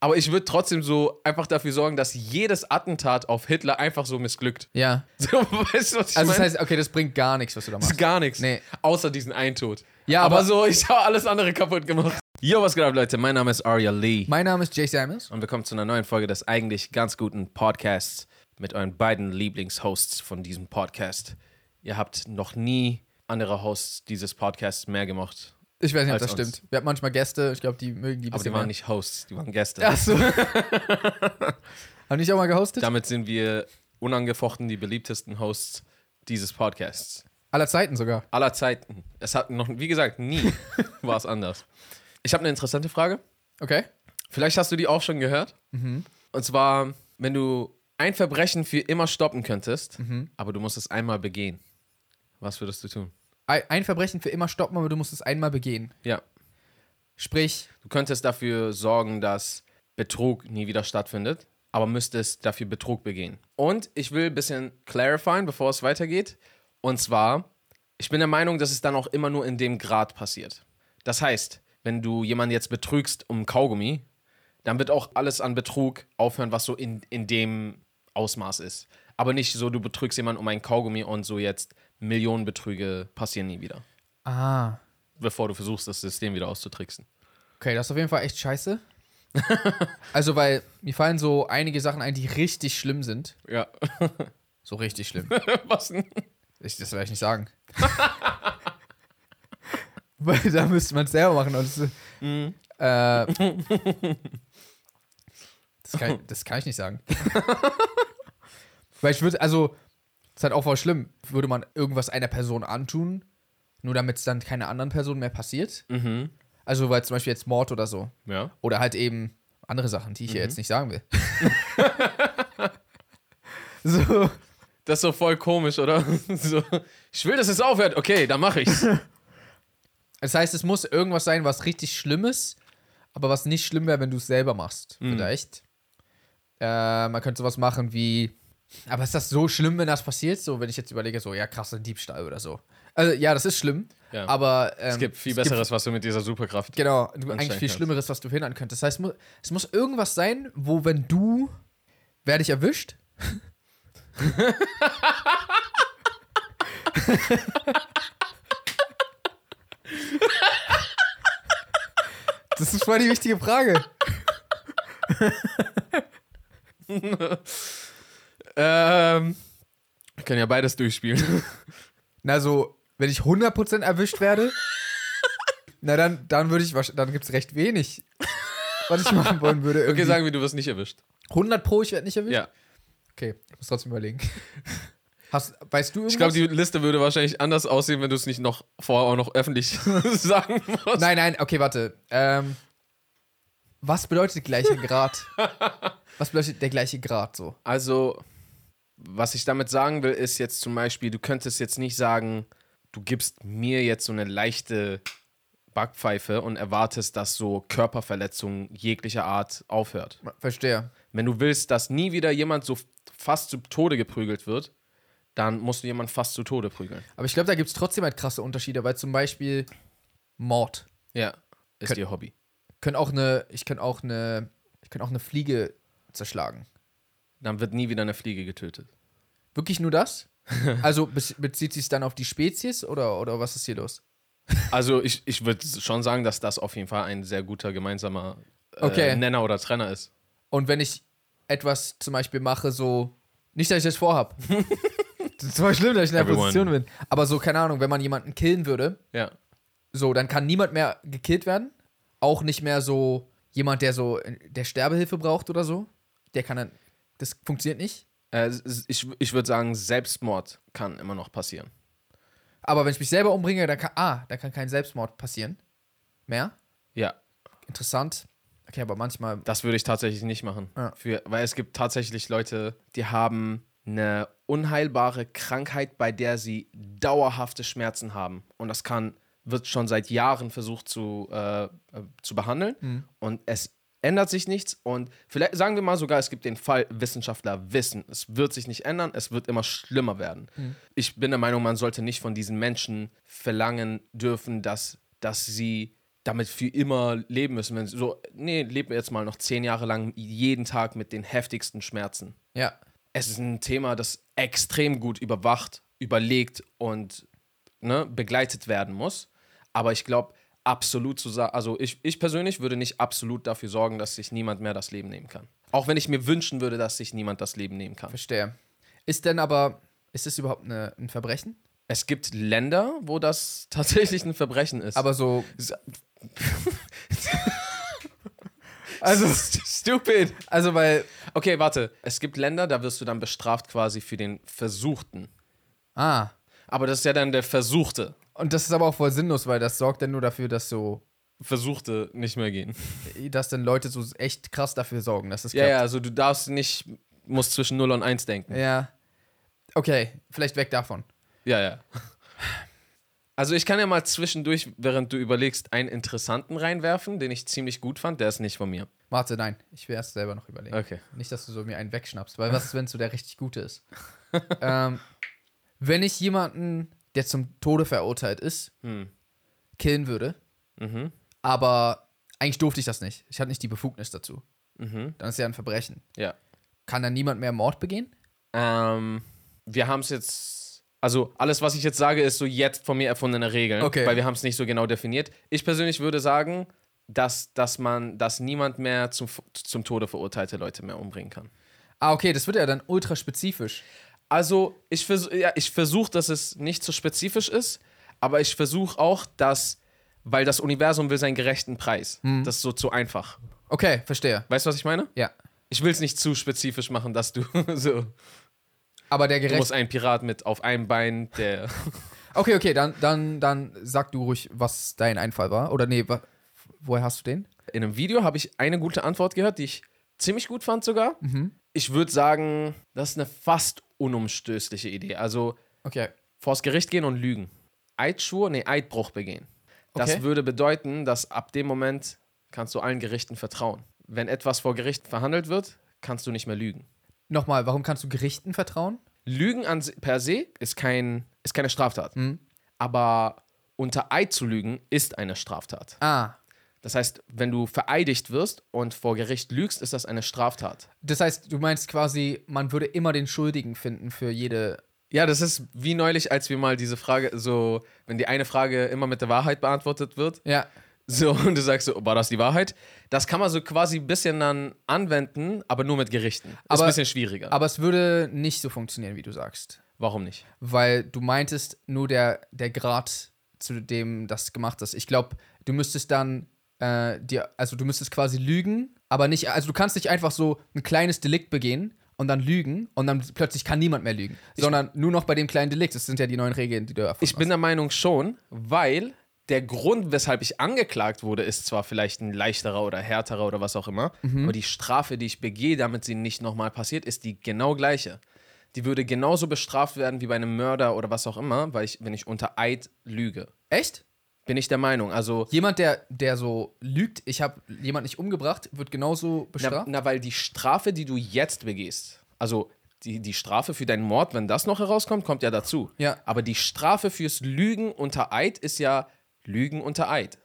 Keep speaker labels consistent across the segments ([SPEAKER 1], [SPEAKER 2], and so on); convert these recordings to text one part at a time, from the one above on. [SPEAKER 1] Aber ich würde trotzdem so einfach dafür sorgen, dass jedes Attentat auf Hitler einfach so missglückt.
[SPEAKER 2] Ja.
[SPEAKER 1] So, weißt du, was ich
[SPEAKER 2] Also das
[SPEAKER 1] meine?
[SPEAKER 2] heißt, okay, das bringt gar nichts, was du da
[SPEAKER 1] Das
[SPEAKER 2] machst.
[SPEAKER 1] ist gar nichts.
[SPEAKER 2] Nee.
[SPEAKER 1] Außer diesen Eintod.
[SPEAKER 2] Ja,
[SPEAKER 1] aber,
[SPEAKER 2] aber-
[SPEAKER 1] so, ich habe alles andere kaputt gemacht. Yo, was geht ab, Leute? Mein Name ist Arya Lee.
[SPEAKER 2] Mein Name ist Jay Samuels.
[SPEAKER 1] Und willkommen zu einer neuen Folge des eigentlich ganz guten Podcasts mit euren beiden Lieblingshosts von diesem Podcast. Ihr habt noch nie andere Hosts dieses Podcasts mehr gemocht.
[SPEAKER 2] Ich weiß nicht, ob
[SPEAKER 1] Als
[SPEAKER 2] das
[SPEAKER 1] uns.
[SPEAKER 2] stimmt. Wir haben manchmal Gäste, ich glaube, die mögen die ein
[SPEAKER 1] Aber die
[SPEAKER 2] bisschen
[SPEAKER 1] waren
[SPEAKER 2] mehr.
[SPEAKER 1] nicht Hosts, die waren Gäste.
[SPEAKER 2] Ach so. haben die auch mal gehostet?
[SPEAKER 1] Damit sind wir unangefochten die beliebtesten Hosts dieses Podcasts.
[SPEAKER 2] Aller Zeiten sogar.
[SPEAKER 1] Aller Zeiten. Es hat noch, wie gesagt, nie war es anders. Ich habe eine interessante Frage.
[SPEAKER 2] Okay.
[SPEAKER 1] Vielleicht hast du die auch schon gehört. Und zwar, wenn du ein Verbrechen für immer stoppen könntest, aber du musst es einmal begehen, was würdest du tun?
[SPEAKER 2] Ei- Ein Verbrechen für immer stoppen, aber du musst es einmal begehen.
[SPEAKER 1] Ja.
[SPEAKER 2] Sprich,
[SPEAKER 1] Du könntest dafür sorgen, dass Betrug nie wieder stattfindet, aber müsstest dafür Betrug begehen. Und ich will ein bisschen clarifieren, bevor es weitergeht. Und zwar, ich bin der Meinung, dass es dann auch immer nur in dem Grad passiert. Das heißt, wenn du jemanden jetzt betrügst um Kaugummi, dann wird auch alles an Betrug aufhören, was so in, in dem Ausmaß ist. Aber nicht so, du betrügst jemanden um einen Kaugummi und so jetzt Millionen Betrüge passieren nie wieder,
[SPEAKER 2] ah,
[SPEAKER 1] bevor du versuchst, das System wieder auszutricksen.
[SPEAKER 2] okay, das ist auf jeden Fall echt scheiße. also, weil mir fallen so einige Sachen ein, die richtig schlimm sind.
[SPEAKER 1] Ja,
[SPEAKER 2] So richtig schlimm.
[SPEAKER 1] was denn?
[SPEAKER 2] Ich, das werde ich nicht sagen. Weil da müsste man es selber machen. Und das, äh, das, kann, das kann ich nicht sagen. Weil ich würde, also, das ist halt auch voll schlimm. Würde man irgendwas einer Person antun, nur damit es dann keiner anderen Person mehr passiert?
[SPEAKER 1] Mhm.
[SPEAKER 2] Also, weil zum Beispiel jetzt Mord oder so.
[SPEAKER 1] Ja.
[SPEAKER 2] Oder halt eben andere Sachen, die ich hier jetzt nicht sagen will. so.
[SPEAKER 1] Das ist so voll komisch, oder? So, ich will, dass es aufhört. Okay, dann mache ich's.
[SPEAKER 2] Das heißt, es muss irgendwas sein, was richtig Schlimmes, aber was nicht schlimm wäre, wenn du es selber machst.
[SPEAKER 1] Mhm.
[SPEAKER 2] Vielleicht. Äh, man könnte sowas machen wie. Aber ist das so schlimm, wenn das passiert? So, wenn ich jetzt überlege, so, ja, krasser Diebstahl oder so. Also, ja, das ist schlimm.
[SPEAKER 1] Ja.
[SPEAKER 2] Aber ähm,
[SPEAKER 1] Es gibt viel Besseres, was du mit dieser Superkraft.
[SPEAKER 2] genau, du, eigentlich
[SPEAKER 1] anstellen
[SPEAKER 2] viel
[SPEAKER 1] kannst.
[SPEAKER 2] Schlimmeres, was du verhindern könntest. Das heißt, mu- es muss irgendwas sein, wo, wenn du. Werde ich erwischt? Das ist voll die wichtige Frage.
[SPEAKER 1] Ähm, wir können ja beides durchspielen.
[SPEAKER 2] Na, so, wenn ich 100% erwischt werde, na, dann, dann würde ich, wahrsch- dann gibt es recht wenig, was ich machen wollen würde. Irgendwie.
[SPEAKER 1] Okay, sagen wir, du wirst nicht erwischt.
[SPEAKER 2] 100 Pro, ich werde nicht erwischt?
[SPEAKER 1] Ja.
[SPEAKER 2] Okay, ich muss trotzdem überlegen. Hast, weißt du irgendwas?
[SPEAKER 1] Ich glaube, die Liste würde wahrscheinlich anders aussehen, wenn du es nicht noch vorher auch noch öffentlich sagen musst.
[SPEAKER 2] Nein, nein, okay, warte. Ähm, was bedeutet gleicher Grad? was bedeutet der gleiche Grad so?
[SPEAKER 1] Also, was ich damit sagen will, ist jetzt zum Beispiel, du könntest jetzt nicht sagen, du gibst mir jetzt so eine leichte Backpfeife und erwartest, dass so Körperverletzungen jeglicher Art aufhört.
[SPEAKER 2] Verstehe.
[SPEAKER 1] Wenn du willst, dass nie wieder jemand so fast zu Tode geprügelt wird, dann musst du jemanden fast zu Tode prügeln.
[SPEAKER 2] Aber ich glaube, da gibt es trotzdem halt krasse Unterschiede, weil zum Beispiel Mord.
[SPEAKER 1] Ja. Ist
[SPEAKER 2] Kön-
[SPEAKER 1] ihr Hobby.
[SPEAKER 2] Können auch eine, ich kann auch eine, ich kann auch eine Fliege zerschlagen.
[SPEAKER 1] Dann wird nie wieder eine Fliege getötet.
[SPEAKER 2] Wirklich nur das? Also bez- bezieht sich dann auf die Spezies oder, oder was ist hier los?
[SPEAKER 1] Also ich, ich würde schon sagen, dass das auf jeden Fall ein sehr guter gemeinsamer äh,
[SPEAKER 2] Okay.
[SPEAKER 1] Nenner oder Trenner ist.
[SPEAKER 2] Und wenn ich etwas zum Beispiel mache, so. Nicht, dass ich das vorhab. das ist zwar schlimm, dass ich in der
[SPEAKER 1] Everyone.
[SPEAKER 2] Position bin. Aber so, keine Ahnung, wenn man jemanden killen würde,
[SPEAKER 1] Ja.
[SPEAKER 2] so, dann kann niemand mehr gekillt werden. Auch nicht mehr so jemand, der so, äh, der Sterbehilfe braucht oder so. Der kann dann. Das funktioniert nicht.
[SPEAKER 1] Äh, s- s- ich ich würde sagen, Selbstmord kann immer noch passieren.
[SPEAKER 2] Aber wenn ich mich selber umbringe, dann kann. Ah, da kann kein Selbstmord passieren. Mehr.
[SPEAKER 1] Ja.
[SPEAKER 2] Interessant. Okay, aber manchmal.
[SPEAKER 1] Das würde ich tatsächlich nicht machen.
[SPEAKER 2] Ja.
[SPEAKER 1] Für, weil es gibt tatsächlich Leute, die haben eine unheilbare Krankheit, bei der sie dauerhafte Schmerzen haben. Und das kann, wird schon seit Jahren versucht zu, äh, äh, zu behandeln. Und es ändert sich nichts. Und vielleicht sagen wir mal sogar, es gibt den Fall, Wissenschaftler wissen, es wird sich nicht ändern, es wird immer schlimmer werden. Ich bin der Meinung, man sollte nicht von diesen Menschen verlangen dürfen, dass, dass sie damit für immer leben müssen. Wenn sie so, nee, lebe jetzt mal noch zehn Jahre lang jeden Tag mit den heftigsten Schmerzen.
[SPEAKER 2] Ja.
[SPEAKER 1] Es ist ein Thema, das extrem gut überwacht, überlegt und ne, begleitet werden muss. Aber ich glaube, absolut zu sagen, also ich, ich persönlich würde nicht absolut dafür sorgen, dass sich niemand mehr das Leben nehmen kann. Auch wenn ich mir wünschen würde, dass sich niemand das Leben nehmen kann.
[SPEAKER 2] Verstehe. Ist denn aber, ist das überhaupt eine, ein Verbrechen?
[SPEAKER 1] Es gibt Länder, wo das tatsächlich ein Verbrechen ist.
[SPEAKER 2] Aber so,
[SPEAKER 1] also stupid.
[SPEAKER 2] also weil,
[SPEAKER 1] Okay, warte. Es gibt Länder, da wirst du dann bestraft quasi für den Versuchten.
[SPEAKER 2] ah,
[SPEAKER 1] Aber das ist ja dann der Versuchte.
[SPEAKER 2] und das ist aber auch voll sinnlos, weil das sorgt dann nur dafür, dass so,
[SPEAKER 1] Versuchte nicht mehr gehen.
[SPEAKER 2] dass dann Leute so echt krass dafür sorgen, dass es
[SPEAKER 1] Ja, ja, also du darfst nicht, musst zwischen 0 und 1 denken.
[SPEAKER 2] ja. Okay, vielleicht weg davon.
[SPEAKER 1] Ja, ja. Also ich kann ja mal zwischendurch, während du überlegst, einen interessanten reinwerfen, den ich ziemlich gut fand. Der ist nicht von mir.
[SPEAKER 2] Warte, nein, ich will erst selber noch überlegen.
[SPEAKER 1] Okay.
[SPEAKER 2] Nicht, dass du so mir einen wegschnappst, weil was ist, wenn es so der richtig gute ist? ähm, wenn ich jemanden, der zum Tode verurteilt ist,
[SPEAKER 1] Hm.
[SPEAKER 2] killen würde,
[SPEAKER 1] Mhm.
[SPEAKER 2] aber eigentlich durfte ich das nicht. Ich hatte nicht die Befugnis dazu. Dann ist ja ein Verbrechen.
[SPEAKER 1] Mhm. Ja.
[SPEAKER 2] Kann dann niemand mehr Mord begehen?
[SPEAKER 1] Ähm, wir haben es jetzt. Also, alles, was ich jetzt sage, ist so jetzt von mir erfundene Regeln,
[SPEAKER 2] Okay.
[SPEAKER 1] weil wir haben es nicht so genau definiert. Ich persönlich würde sagen, dass, dass man, dass niemand mehr zum, zum Tode verurteilte Leute mehr umbringen kann.
[SPEAKER 2] Ah, okay, das wird ja dann ultra spezifisch.
[SPEAKER 1] Also, ich, vers ja, ich versuche, dass es nicht so spezifisch ist, aber ich versuche auch, dass, weil das Universum will seinen gerechten Preis. Das ist so zu einfach.
[SPEAKER 2] Okay, verstehe.
[SPEAKER 1] Weißt du, was ich meine?
[SPEAKER 2] Ja.
[SPEAKER 1] Ich will es nicht zu spezifisch machen, dass du so.
[SPEAKER 2] Aber der
[SPEAKER 1] Du
[SPEAKER 2] gerecht.
[SPEAKER 1] musst einen Pirat mit auf einem Bein, der.
[SPEAKER 2] Okay, okay, dann, dann, dann sag du ruhig, was dein Einfall war. Oder nee, wa- woher hast du den?
[SPEAKER 1] in einem Video habe ich eine gute Antwort gehört, die ich ziemlich gut fand sogar. Ich würde sagen, das ist eine fast unumstößliche Idee. Also
[SPEAKER 2] Okay.
[SPEAKER 1] vors Gericht gehen und lügen. Eidschwur, nee, Eidbruch begehen. Das
[SPEAKER 2] Okay.
[SPEAKER 1] würde bedeuten, dass ab dem Moment kannst du allen Gerichten vertrauen. Wenn etwas vor Gericht verhandelt wird, kannst du nicht mehr lügen.
[SPEAKER 2] Nochmal, warum kannst du Gerichten vertrauen?
[SPEAKER 1] Lügen an, se- per se ist, kein, ist keine Straftat. Aber unter Eid zu lügen ist eine Straftat.
[SPEAKER 2] Ah,
[SPEAKER 1] Das heißt, wenn du vereidigt wirst und vor Gericht lügst, ist das eine Straftat.
[SPEAKER 2] Das heißt, du meinst quasi, man würde immer den Schuldigen finden für jede.
[SPEAKER 1] Ja, das ist wie neulich, als wir mal diese Frage, so, wenn die eine Frage immer mit der Wahrheit beantwortet wird,
[SPEAKER 2] Ja.
[SPEAKER 1] so, und du sagst so, war das die Wahrheit? Das kann man so quasi ein bisschen dann anwenden, aber nur mit Gerichten. Ist
[SPEAKER 2] Aber-
[SPEAKER 1] ein bisschen schwieriger.
[SPEAKER 2] Aber es würde nicht so funktionieren, wie du sagst.
[SPEAKER 1] Warum nicht?
[SPEAKER 2] Weil du meintest, nur der, der Grad, zu dem das gemacht ist. Ich glaube, du müsstest dann äh, dir, also du müsstest quasi lügen, aber nicht, also du kannst nicht einfach so ein kleines Delikt begehen und dann lügen und dann plötzlich kann niemand mehr lügen. sondern nur noch bei dem kleinen Delikt. Das sind ja die neuen Regeln, die du erfunden
[SPEAKER 1] Ich bin der Meinung schon, weil der Grund, weshalb ich angeklagt wurde, ist zwar vielleicht ein leichterer oder härterer oder was auch immer, aber die Strafe, die ich begehe, damit sie nicht nochmal passiert, ist die genau gleiche. Die würde genauso bestraft werden wie bei einem Mörder oder was auch immer, weil ich, wenn ich unter Eid lüge.
[SPEAKER 2] hast. Echt?
[SPEAKER 1] Bin ich der Meinung. Also,
[SPEAKER 2] Jemand, der, der so lügt, ich habe jemand nicht umgebracht, wird genauso
[SPEAKER 1] na,
[SPEAKER 2] bestraft?
[SPEAKER 1] na, weil die Strafe, die du jetzt begehst, also die, die Strafe für deinen Mord, wenn das noch herauskommt, kommt ja dazu.
[SPEAKER 2] Ja.
[SPEAKER 1] Aber die Strafe fürs Lügen unter Eid ist ja Lügen unter Eid.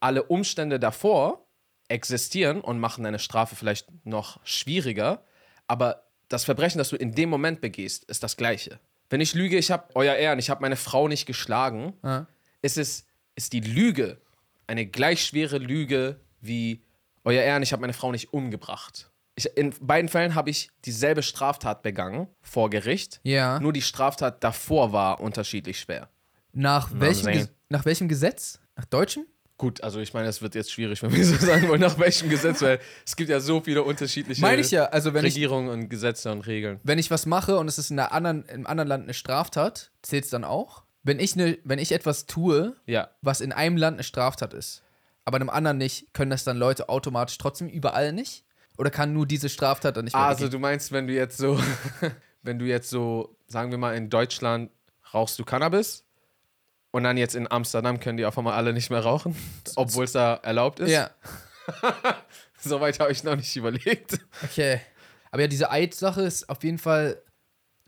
[SPEAKER 1] Alle Umstände davor existieren und machen deine Strafe vielleicht noch schwieriger, aber das Verbrechen, das du in dem Moment begehst, ist das gleiche. Wenn ich lüge, ich habe euer Ehren, ich habe meine Frau nicht geschlagen,
[SPEAKER 2] Ja.
[SPEAKER 1] ist es ist die Lüge eine gleich schwere Lüge wie euer Ehren, ich habe meine Frau nicht umgebracht. Ich, in beiden Fällen habe ich dieselbe Straftat begangen vor Gericht.
[SPEAKER 2] Ja.
[SPEAKER 1] Nur die Straftat davor war unterschiedlich schwer.
[SPEAKER 2] Nach welchem,
[SPEAKER 1] sehen.
[SPEAKER 2] Ge nach welchem Gesetz? Nach deutschem?
[SPEAKER 1] Gut, also ich meine, das wird jetzt schwierig, wenn wir so sagen wollen, nach welchem Gesetz, weil es gibt ja so viele unterschiedliche
[SPEAKER 2] Meine ich ja. Also wenn ich,
[SPEAKER 1] Regierungen und Gesetze und Regeln.
[SPEAKER 2] wenn ich was mache und es ist in einer anderen, im anderen Land eine Straftat, zählt es dann auch? Wenn ich, ne, wenn ich etwas tue,
[SPEAKER 1] Ja,
[SPEAKER 2] was in einem Land eine Straftat ist, aber in einem anderen nicht, können das dann Leute automatisch trotzdem überall nicht? Oder kann nur diese Straftat dann nicht mehr
[SPEAKER 1] Ah, also
[SPEAKER 2] begehen?
[SPEAKER 1] du meinst, wenn du jetzt so, wenn du jetzt so, sagen wir mal, in Deutschland rauchst du Cannabis und dann jetzt in Amsterdam können die auf einmal alle nicht mehr rauchen, obwohl es da erlaubt ist.
[SPEAKER 2] Ja,
[SPEAKER 1] Soweit habe ich noch nicht überlegt.
[SPEAKER 2] okay. Aber ja, diese Eid-Sache ist auf jeden Fall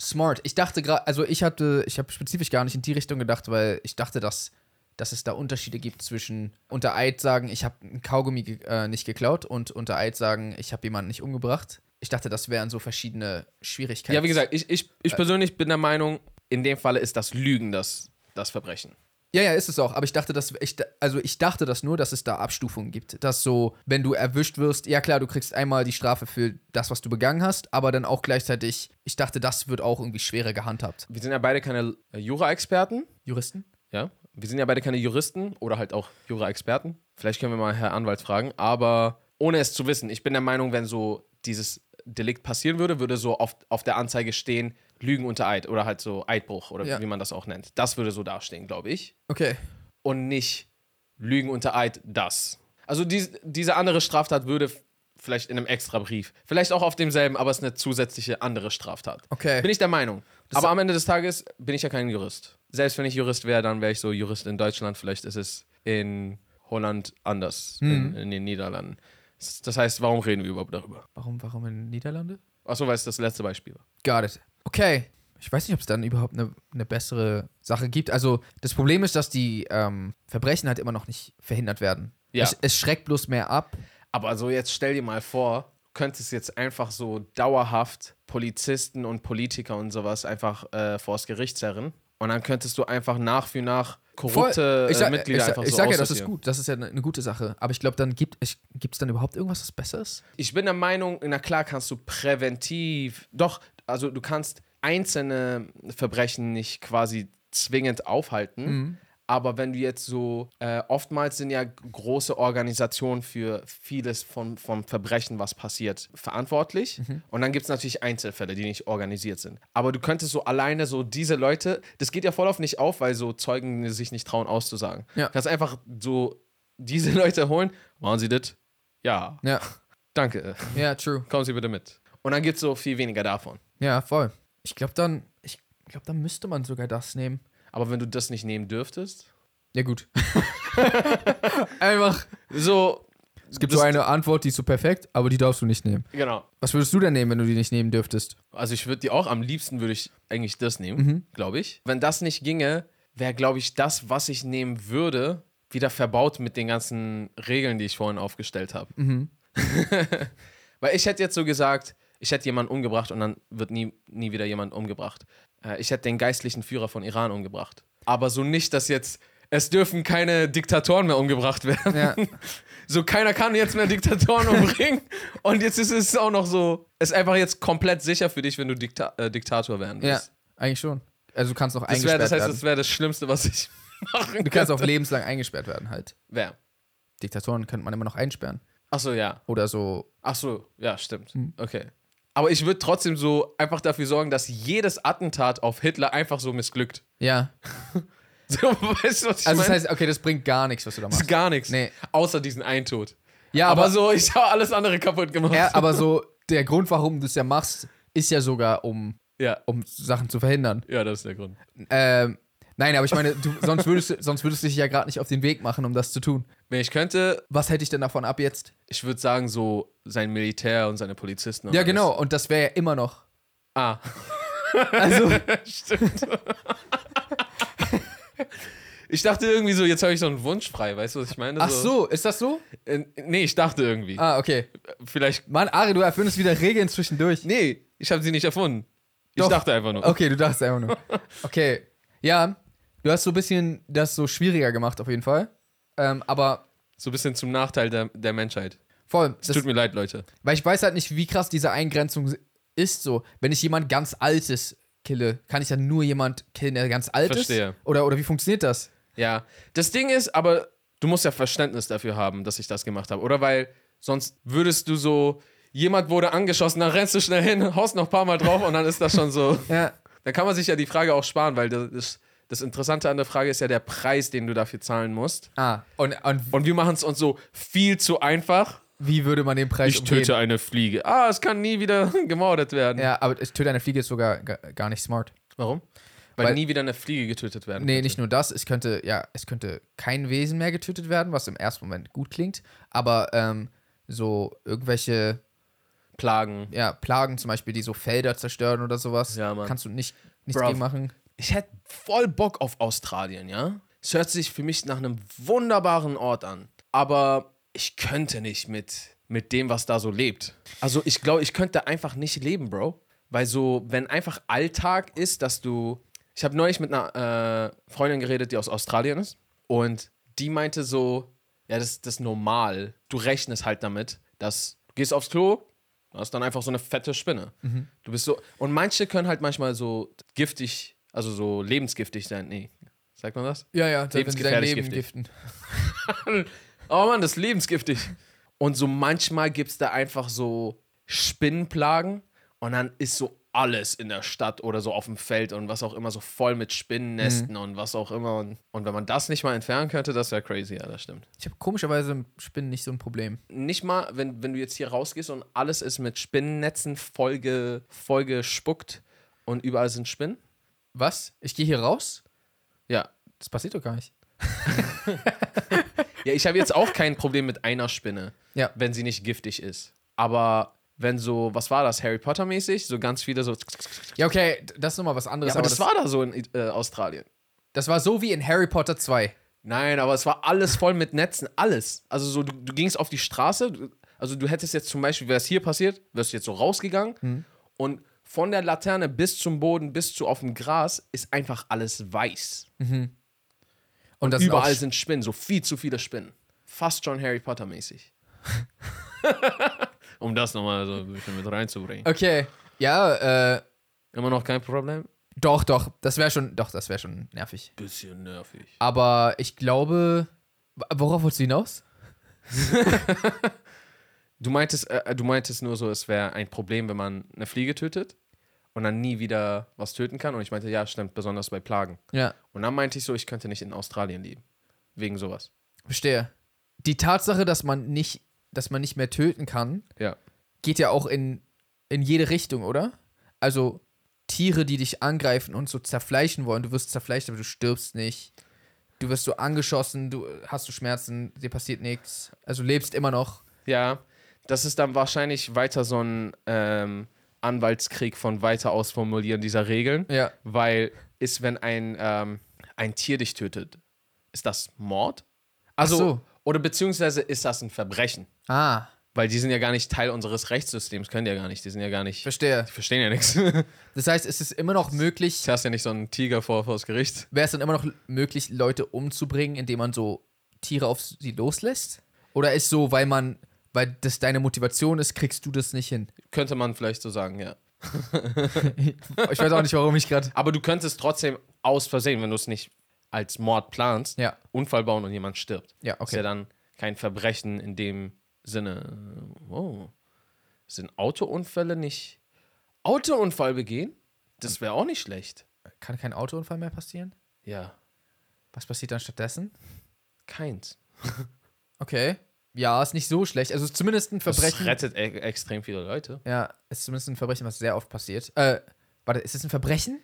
[SPEAKER 2] smart. Ich dachte gerade, also ich hatte, ich habe spezifisch gar nicht in die Richtung gedacht, weil ich dachte, dass dass es da Unterschiede gibt zwischen unter Eid sagen, ich habe einen Kaugummi ge äh, nicht geklaut und unter Eid sagen, ich habe jemanden nicht umgebracht. Ich dachte, das wären so verschiedene Schwierigkeiten.
[SPEAKER 1] Ja, wie gesagt, ich, ich, ich persönlich bin der Meinung, in dem Falle ist das Lügen das, das Verbrechen.
[SPEAKER 2] Ja, ja, ist es auch. Aber ich dachte, dass ich, also ich dachte das nur, dass es da Abstufungen gibt. Dass so, wenn du erwischt wirst, ja klar, du kriegst einmal die Strafe für das, was du begangen hast, aber dann auch gleichzeitig, ich dachte, das wird auch irgendwie schwerer gehandhabt.
[SPEAKER 1] Wir sind ja beide keine äh, Jura-Experten.
[SPEAKER 2] Juristen?
[SPEAKER 1] Ja, wir sind ja beide keine Juristen oder halt auch Jura-Experten. Vielleicht können wir mal Herr Anwalt fragen, aber ohne es zu wissen, ich bin der Meinung, wenn so dieses Delikt passieren würde, würde so auf, auf der Anzeige stehen, Lügen unter Eid oder halt so Eidbruch oder
[SPEAKER 2] Ja.
[SPEAKER 1] wie man das auch nennt. Das würde so dastehen, glaube ich.
[SPEAKER 2] Okay.
[SPEAKER 1] Und nicht Lügen unter Eid, das. Also dies, diese andere Straftat würde f- vielleicht in einem extra Brief, vielleicht auch auf demselben, aber es ist eine zusätzliche andere Straftat.
[SPEAKER 2] Okay.
[SPEAKER 1] Bin ich der Meinung.
[SPEAKER 2] Das-
[SPEAKER 1] Aber am Ende des Tages bin ich ja kein Jurist. Selbst wenn ich Jurist wäre, dann wäre ich so Jurist in Deutschland. Vielleicht ist es in Holland anders, in, in den Niederlanden. S- Das heißt, warum reden wir überhaupt darüber?
[SPEAKER 2] Warum, warum in den Niederlande?
[SPEAKER 1] Achso, weil es das letzte Beispiel war.
[SPEAKER 2] Got it. Okay. Ich weiß nicht, ob es dann überhaupt eine, eine bessere Sache gibt. Also, das Problem ist, dass die ähm, Verbrechen halt immer noch nicht verhindert werden.
[SPEAKER 1] Ja.
[SPEAKER 2] Es, es schreckt bloß mehr ab.
[SPEAKER 1] Aber so jetzt stell dir mal vor, du könntest jetzt einfach so dauerhaft Polizisten und Politiker und sowas einfach äh, vors Gericht zerren. Und dann könntest du einfach nach für nach korrupte
[SPEAKER 2] ich sag,
[SPEAKER 1] äh, Mitglieder
[SPEAKER 2] ich, sag-
[SPEAKER 1] einfach
[SPEAKER 2] Ich
[SPEAKER 1] so
[SPEAKER 2] sage ja, das ist
[SPEAKER 1] aussortieren.
[SPEAKER 2] gut. Das ist ja eine, eine gute Sache. Aber ich glaube, dann gibt es dann überhaupt irgendwas, was besser ist?
[SPEAKER 1] Ich bin der Meinung, na klar kannst du präventiv, doch, also du kannst einzelne Verbrechen nicht quasi zwingend aufhalten. Aber wenn du jetzt so, äh, oftmals sind ja große Organisationen für vieles vom, vom Verbrechen, was passiert, verantwortlich. Und dann gibt es natürlich Einzelfälle, die nicht organisiert sind. Aber du könntest so alleine so diese Leute, das geht ja voll auf nicht auf, weil so Zeugen sich nicht trauen auszusagen.
[SPEAKER 2] Ja.
[SPEAKER 1] Du kannst einfach so diese Leute holen. Waren sie das? Ja.
[SPEAKER 2] Ja.
[SPEAKER 1] Danke.
[SPEAKER 2] Ja, true.
[SPEAKER 1] Kommen Sie bitte mit. Und dann gibt es so viel weniger davon.
[SPEAKER 2] Ja, voll. Ich glaube, dann, ich glaube, dann müsste man sogar das nehmen.
[SPEAKER 1] Aber wenn du das nicht nehmen dürftest,
[SPEAKER 2] Ja, gut. Einfach.
[SPEAKER 1] so.
[SPEAKER 2] Es gibt
[SPEAKER 1] Das-
[SPEAKER 2] so eine Antwort, die ist so perfekt, aber die darfst du nicht nehmen.
[SPEAKER 1] Genau.
[SPEAKER 2] Was würdest du denn nehmen, wenn du die nicht nehmen dürftest?
[SPEAKER 1] Also ich würde die auch, am liebsten würde ich eigentlich das nehmen,
[SPEAKER 2] Mhm.
[SPEAKER 1] glaube ich. Wenn das nicht ginge, wäre, glaube ich, das, was ich nehmen würde, wieder verbaut mit den ganzen Regeln, die ich vorhin aufgestellt habe. Weil ich hätte jetzt so gesagt, ich hätte jemanden umgebracht und dann wird nie, nie wieder jemand umgebracht. Äh, Ich hätte den geistlichen Führer von Iran umgebracht. Aber so nicht, dass jetzt, es dürfen keine Diktatoren mehr umgebracht werden.
[SPEAKER 2] Ja.
[SPEAKER 1] So, keiner kann jetzt mehr Diktatoren umbringen. Und jetzt ist es auch noch so, ist einfach jetzt komplett sicher für dich, wenn du Dikta äh, Diktator werden
[SPEAKER 2] Ja,
[SPEAKER 1] willst.
[SPEAKER 2] eigentlich schon. Also du kannst auch
[SPEAKER 1] Das, wär,
[SPEAKER 2] eingesperrt
[SPEAKER 1] das heißt,
[SPEAKER 2] werden.
[SPEAKER 1] das wäre das Schlimmste, was ich machen
[SPEAKER 2] Du kannst auch lebenslang eingesperrt werden halt.
[SPEAKER 1] Wer?
[SPEAKER 2] Diktatoren könnte man immer noch einsperren.
[SPEAKER 1] Achso, ja.
[SPEAKER 2] Oder so.
[SPEAKER 1] Achso, ja, stimmt.
[SPEAKER 2] Hm.
[SPEAKER 1] Okay. Aber ich würde trotzdem so einfach dafür sorgen, dass jedes Attentat auf Hitler einfach so missglückt.
[SPEAKER 2] Ja.
[SPEAKER 1] So, weißt du, was ich
[SPEAKER 2] Also das
[SPEAKER 1] meine?
[SPEAKER 2] heißt, okay, das bringt gar nichts, was du da
[SPEAKER 1] Das
[SPEAKER 2] machst.
[SPEAKER 1] ist gar nichts.
[SPEAKER 2] Nee.
[SPEAKER 1] Außer diesen einen Tod.
[SPEAKER 2] Ja,
[SPEAKER 1] Aber, so, ich habe alles andere kaputt gemacht.
[SPEAKER 2] Ja, aber so, der Grund, warum du es ja machst, ist ja sogar, um,
[SPEAKER 1] ja.
[SPEAKER 2] um Sachen zu verhindern.
[SPEAKER 1] ja, das ist der Grund.
[SPEAKER 2] Ähm, nein, aber ich meine, du, sonst, würdest, du- sonst würdest du dich ja gerade nicht auf den Weg machen, um das zu tun.
[SPEAKER 1] Wenn ich könnte,
[SPEAKER 2] Was hätte ich denn davon ab jetzt?
[SPEAKER 1] ich würde sagen, so sein Militär und seine Polizisten. Und
[SPEAKER 2] Ja,
[SPEAKER 1] alles.
[SPEAKER 2] genau, und das wäre ja immer noch.
[SPEAKER 1] Ah,
[SPEAKER 2] Also,
[SPEAKER 1] stimmt. ich dachte irgendwie so, jetzt habe ich so einen Wunsch frei, weißt du, was ich meine?
[SPEAKER 2] ach so, ist das so?
[SPEAKER 1] Äh, nee, ich dachte irgendwie.
[SPEAKER 2] Ah, okay.
[SPEAKER 1] Vielleicht.
[SPEAKER 2] Mann, Ari, du erfindest wieder Regeln zwischendurch.
[SPEAKER 1] Nee, ich habe sie nicht erfunden.
[SPEAKER 2] Doch. Oh.
[SPEAKER 1] Ich dachte einfach nur.
[SPEAKER 2] Okay, du dachtest einfach nur. Okay, ja, du hast so ein bisschen das so schwieriger gemacht, auf jeden Fall. Ähm, aber
[SPEAKER 1] So ein bisschen zum Nachteil der, der Menschheit.
[SPEAKER 2] voll,
[SPEAKER 1] Es
[SPEAKER 2] das,
[SPEAKER 1] tut mir leid, Leute.
[SPEAKER 2] Weil ich weiß halt nicht, wie krass diese Eingrenzung ist so. Wenn ich jemand ganz Altes kille, kann ich dann nur jemand killen, der ganz alt
[SPEAKER 1] Verstehe.
[SPEAKER 2] ist? Oder, oder wie funktioniert das?
[SPEAKER 1] Ja. Das Ding ist, aber du musst ja Verständnis dafür haben, dass ich das gemacht habe. Oder weil sonst würdest du so. Jemand wurde angeschossen, dann rennst du schnell hin, haust noch ein paar Mal drauf und dann ist das schon so.
[SPEAKER 2] Ja.
[SPEAKER 1] Dann kann man sich ja die Frage auch sparen, weil das, ist- das Interessante an der Frage ist ja der Preis, den du dafür zahlen musst.
[SPEAKER 2] Ah, und, und
[SPEAKER 1] Und wir machen es uns so viel zu einfach.
[SPEAKER 2] wie würde man den Preis
[SPEAKER 1] Ich
[SPEAKER 2] umgehen?
[SPEAKER 1] töte eine Fliege. Ah, es kann nie wieder gemordet werden.
[SPEAKER 2] Ja, aber ich töte eine Fliege ist sogar ga- gar nicht smart.
[SPEAKER 1] Warum? Weil,
[SPEAKER 2] Weil-
[SPEAKER 1] nie wieder eine Fliege getötet werden
[SPEAKER 2] Nee,
[SPEAKER 1] könnte.
[SPEAKER 2] nicht nur das. Es könnte, ja, es könnte kein Wesen mehr getötet werden, was im ersten Moment gut klingt. Aber ähm, so irgendwelche
[SPEAKER 1] Plagen.
[SPEAKER 2] ja, Plagen zum Beispiel, die so Felder zerstören oder sowas,
[SPEAKER 1] Ja, Mann.
[SPEAKER 2] kannst du nicht, nichts
[SPEAKER 1] Bruv.
[SPEAKER 2] gegen machen.
[SPEAKER 1] Ich hätte voll Bock auf Australien, ja? Es hört sich für mich nach einem wunderbaren Ort an. Aber ich könnte nicht mit, mit dem, was da so lebt. Also ich glaube, ich könnte einfach nicht leben, Bro. Weil so, wenn einfach Alltag ist, dass du. Ich habe neulich mit einer äh, Freundin geredet, die aus Australien ist. Und die meinte so, ja, das, das ist normal. Du rechnest halt damit, dass du gehst aufs Klo, da ist dann einfach so eine fette Spinne. Du bist so. Und manche können halt manchmal so giftig, also so lebensgiftig sein. Nee. Sagt man das?
[SPEAKER 2] Ja, ja, da wenn sie dein
[SPEAKER 1] Lebensgefährlich
[SPEAKER 2] Leben giften.
[SPEAKER 1] Oh Mann, das ist lebensgiftig. Und so manchmal gibt es da einfach so Spinnenplagen und dann ist so alles in der Stadt oder so auf dem Feld und was auch immer so voll mit Spinnennesten und was auch immer. Und, und wenn man das nicht mal entfernen könnte, das wäre crazy, ja, das stimmt.
[SPEAKER 2] Ich habe komischerweise mit Spinnen nicht so ein Problem.
[SPEAKER 1] Nicht mal, wenn, wenn du jetzt hier rausgehst und alles ist mit Spinnennetzen vollge, vollgespuckt und überall sind Spinnen.
[SPEAKER 2] Was? Ich gehe hier raus?
[SPEAKER 1] Ja.
[SPEAKER 2] Das passiert doch gar nicht.
[SPEAKER 1] Ja, ich habe jetzt auch kein Problem mit einer Spinne.
[SPEAKER 2] Ja.
[SPEAKER 1] wenn sie nicht giftig ist. Aber wenn so, was war das, Harry Potter mäßig, so ganz viele so.
[SPEAKER 2] Ja, okay, d- das ist nochmal was anderes.
[SPEAKER 1] Ja, aber das, war da so in äh, Australien.
[SPEAKER 2] das war so wie in Harry Potter 2.
[SPEAKER 1] Nein, aber es war alles voll mit Netzen, alles. Also so, du, du gingst auf die Straße, du, also du hättest jetzt zum Beispiel, wäre es hier passiert, wärst du jetzt so rausgegangen und von der Laterne bis zum Boden, bis zu auf dem Gras, ist einfach alles weiß.
[SPEAKER 2] Und, das sind auch
[SPEAKER 1] Überall sind Spinnen, so viel zu viele Spinnen. Fast schon Harry Potter mäßig. um das nochmal so ein bisschen mit reinzubringen.
[SPEAKER 2] Okay. Ja, äh,
[SPEAKER 1] Immer noch kein Problem?
[SPEAKER 2] doch, doch. Das wäre schon, doch, das wäre schon nervig.
[SPEAKER 1] Bisschen nervig.
[SPEAKER 2] Aber ich glaube, w- worauf wolltest du hinaus?
[SPEAKER 1] Du meintest, äh, du meintest nur so, es wäre ein Problem, wenn man eine Fliege tötet und dann nie wieder was töten kann. Und ich meinte, ja, stimmt, besonders bei Plagen.
[SPEAKER 2] Ja,
[SPEAKER 1] Und dann meinte ich so, ich könnte nicht in Australien leben. Wegen sowas.
[SPEAKER 2] verstehe. Die Tatsache, dass man nicht, dass man nicht mehr töten kann,
[SPEAKER 1] Ja.
[SPEAKER 2] geht ja auch in, in jede Richtung, oder? Also Tiere, die dich angreifen und so zerfleischen wollen, du wirst zerfleischt, aber du stirbst nicht. Du wirst so angeschossen, du hast du Schmerzen, dir passiert nichts. Also lebst immer noch.
[SPEAKER 1] Ja, das ist dann wahrscheinlich weiter so ein ähm, Anwaltskrieg von weiter ausformulieren dieser Regeln.
[SPEAKER 2] Ja.
[SPEAKER 1] Weil ist, wenn ein, ähm, ein Tier dich tötet, ist das Mord? Also,
[SPEAKER 2] so.
[SPEAKER 1] oder beziehungsweise ist das ein Verbrechen?
[SPEAKER 2] Ah,
[SPEAKER 1] Weil die sind ja gar nicht Teil unseres Rechtssystems, können die ja gar nicht. Die sind ja gar nicht.
[SPEAKER 2] verstehe.
[SPEAKER 1] Die verstehen ja nichts. Du
[SPEAKER 2] Das heißt, es ist immer noch möglich,
[SPEAKER 1] hast ja nicht so einen Tiger vor vors Gericht.
[SPEAKER 2] wäre es dann immer noch möglich, Leute umzubringen, indem man so Tiere auf sie loslässt? Oder ist so, weil man, weil das deine Motivation ist, kriegst du das nicht hin?
[SPEAKER 1] Könnte man vielleicht so sagen, ja.
[SPEAKER 2] Ich weiß auch nicht, warum ich gerade.
[SPEAKER 1] Aber du könntest trotzdem aus Versehen, wenn du es nicht als Mord planst,
[SPEAKER 2] Ja,
[SPEAKER 1] Unfall bauen und jemand stirbt.
[SPEAKER 2] ja,
[SPEAKER 1] Ist ja
[SPEAKER 2] okay.
[SPEAKER 1] dann kein Verbrechen in dem Sinne. Oh. Sind Autounfälle nicht. Autounfall begehen? Das wäre auch nicht schlecht.
[SPEAKER 2] Kann kein Autounfall mehr passieren?
[SPEAKER 1] Ja,
[SPEAKER 2] Was passiert dann stattdessen?
[SPEAKER 1] keins.
[SPEAKER 2] Okay. Ja, ist nicht so schlecht. Also ist zumindest ein
[SPEAKER 1] Das
[SPEAKER 2] Verbrechen.
[SPEAKER 1] rettet e extrem viele Leute.
[SPEAKER 2] ja, ist zumindest ein Verbrechen, was sehr oft passiert. Äh, warte, ist es ein Verbrechen?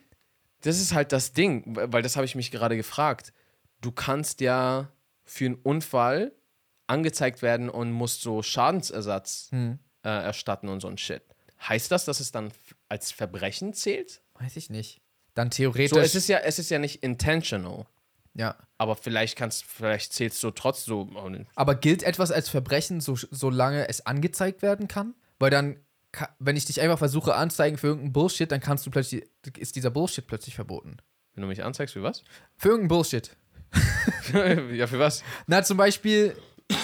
[SPEAKER 1] Das ist halt das Ding, weil das habe ich mich gerade gefragt. Du kannst ja für einen Unfall angezeigt werden und musst so Schadensersatz äh, erstatten und so ein Shit. Heißt das, dass es dann f- als Verbrechen zählt?
[SPEAKER 2] Weiß ich nicht. Dann theoretisch.
[SPEAKER 1] So, es ist ja, es ist ja nicht intentional.
[SPEAKER 2] ja.
[SPEAKER 1] Aber vielleicht kannst, vielleicht zählst du trotz so. oh, nee.
[SPEAKER 2] Aber gilt etwas als Verbrechen, so, solange es angezeigt werden kann? Weil dann, ka- wenn ich dich einfach versuche anzeigen für irgendeinen Bullshit, dann kannst du plötzlich, ist dieser Bullshit plötzlich verboten.
[SPEAKER 1] Wenn du mich anzeigst, für was?
[SPEAKER 2] Für irgendeinen Bullshit.
[SPEAKER 1] ja, für was?
[SPEAKER 2] Na, zum Beispiel,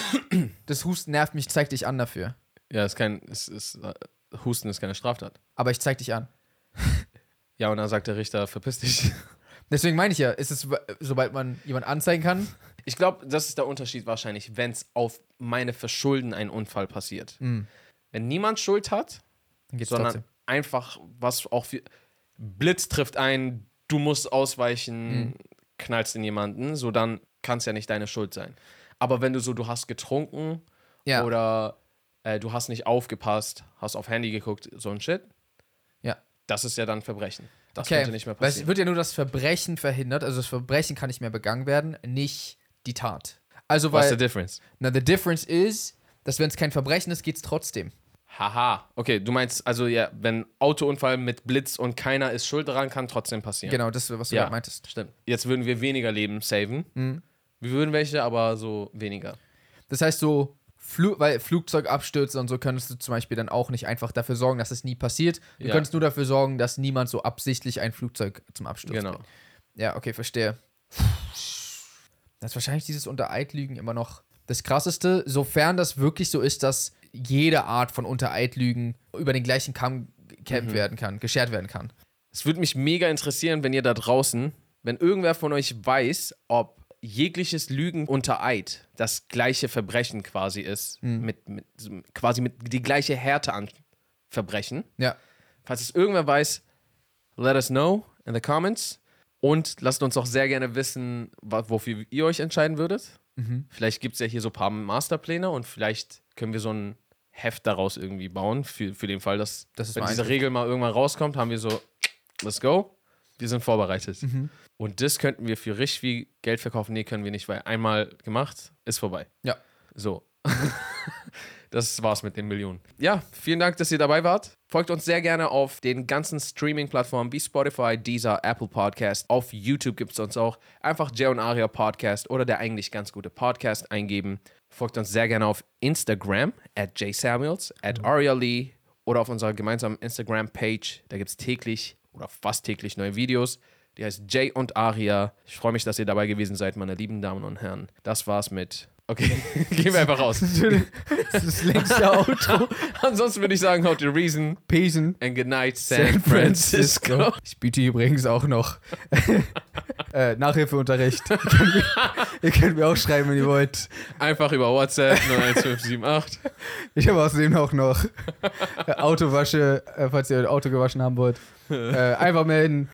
[SPEAKER 2] das Husten nervt mich, zeig dich an dafür.
[SPEAKER 1] Ja, ist kein, ist, ist, äh, Husten ist keine Straftat.
[SPEAKER 2] Aber ich zeig dich an.
[SPEAKER 1] Ja, und dann sagt der Richter, verpiss dich.
[SPEAKER 2] Deswegen meine ich ja, ist es, sobald man jemand anzeigen kann,
[SPEAKER 1] Ich glaube, das ist der Unterschied wahrscheinlich, wenn es auf meine Verschulden ein Unfall passiert. Wenn niemand Schuld hat,
[SPEAKER 2] dann geht's
[SPEAKER 1] sondern
[SPEAKER 2] trotzdem.
[SPEAKER 1] einfach was auch viel. Blitz trifft ein, du musst ausweichen, knallst in jemanden, so dann kann es ja nicht deine Schuld sein. Aber wenn du so, du hast getrunken
[SPEAKER 2] Ja.
[SPEAKER 1] oder äh, du hast nicht aufgepasst, hast auf Handy geguckt, so ein Shit,
[SPEAKER 2] ja.
[SPEAKER 1] das ist ja dann Verbrechen. Das
[SPEAKER 2] Okay.
[SPEAKER 1] könnte nicht mehr
[SPEAKER 2] Weil
[SPEAKER 1] passieren.
[SPEAKER 2] es wird ja nur das Verbrechen verhindert, also das Verbrechen kann nicht mehr begangen werden, nicht die Tat. Also,
[SPEAKER 1] What's the
[SPEAKER 2] weil,
[SPEAKER 1] difference?
[SPEAKER 2] na, the difference is, dass wenn es kein Verbrechen ist, geht's trotzdem.
[SPEAKER 1] Haha. Okay, du meinst also ja, wenn Autounfall mit Blitz und keiner ist schuld daran, kann trotzdem passieren.
[SPEAKER 2] Genau, das, was du
[SPEAKER 1] Ja.
[SPEAKER 2] gerade meintest.
[SPEAKER 1] Stimmt. Jetzt würden wir weniger Leben saven.
[SPEAKER 2] Mhm.
[SPEAKER 1] Wir würden welche, aber so weniger.
[SPEAKER 2] Das heißt so, Flu weil Flugzeugabstürze und so könntest du zum Beispiel dann auch nicht einfach dafür sorgen, dass es nie passiert. Du
[SPEAKER 1] Ja.
[SPEAKER 2] könntest nur dafür sorgen, dass niemand so absichtlich ein Flugzeug zum Absturz
[SPEAKER 1] Genau.
[SPEAKER 2] bringt. Ja, okay, verstehe. Das ist wahrscheinlich dieses Unter-Eid-Lügen immer noch das Krasseste, sofern das wirklich so ist, dass jede Art von Unter-Eid-Lügen über den gleichen Kamm gekämpft
[SPEAKER 1] Mhm.
[SPEAKER 2] werden kann, geschert werden kann.
[SPEAKER 1] Es würde mich mega interessieren, wenn ihr da draußen, wenn irgendwer von euch weiß, ob jegliches Lügen unter Eid das gleiche Verbrechen quasi ist, mit, mit, quasi mit die gleiche Härte an Verbrechen.
[SPEAKER 2] Ja,
[SPEAKER 1] Falls es irgendwer weiß, let us know in the comments. Und lasst uns auch sehr gerne wissen, wa- wofür ihr euch entscheiden würdet.
[SPEAKER 2] Mhm.
[SPEAKER 1] Vielleicht gibt es ja hier so ein paar Masterpläne und vielleicht können wir so ein Heft daraus irgendwie bauen, für, für den Fall, dass
[SPEAKER 2] Das ist
[SPEAKER 1] wenn
[SPEAKER 2] mal
[SPEAKER 1] diese
[SPEAKER 2] eintritt.
[SPEAKER 1] Regel mal irgendwann rauskommt, haben wir so, let's go, wir sind vorbereitet.
[SPEAKER 2] Mhm.
[SPEAKER 1] Und das könnten wir für richtig viel Geld verkaufen. Nee, können wir nicht, weil einmal gemacht, ist vorbei.
[SPEAKER 2] ja.
[SPEAKER 1] So. das war's mit den Millionen. Ja, vielen Dank, dass ihr dabei wart. Folgt uns sehr gerne auf den ganzen Streaming-Plattformen wie Spotify, Deezer, Apple Podcast. Auf YouTube gibt's uns auch. Einfach Jay und Aria Podcast oder der eigentlich ganz gute Podcast eingeben. Folgt uns sehr gerne auf Instagram, at jsamuels, at Aria Lee oder auf unserer gemeinsamen Instagram-Page. Da gibt's täglich oder fast täglich neue Videos. Die heißt Jay und Aria. Ich freue mich, dass ihr dabei gewesen seid, meine lieben Damen und Herren. Das war's mit. Okay, gehen wir einfach raus.
[SPEAKER 2] Das ist längste Outro.
[SPEAKER 1] Ansonsten würde ich sagen, haut the reason
[SPEAKER 2] Pesen.
[SPEAKER 1] and good night, San Francisco.
[SPEAKER 2] Ich biete übrigens auch noch äh, Nachhilfeunterricht. ihr, könnt mir, ihr könnt mir auch schreiben, wenn ihr wollt.
[SPEAKER 1] Einfach über WhatsApp 01578.
[SPEAKER 2] Ich habe außerdem auch noch äh, Autowasche, äh, falls ihr ein Auto gewaschen haben wollt. Äh, einfach melden.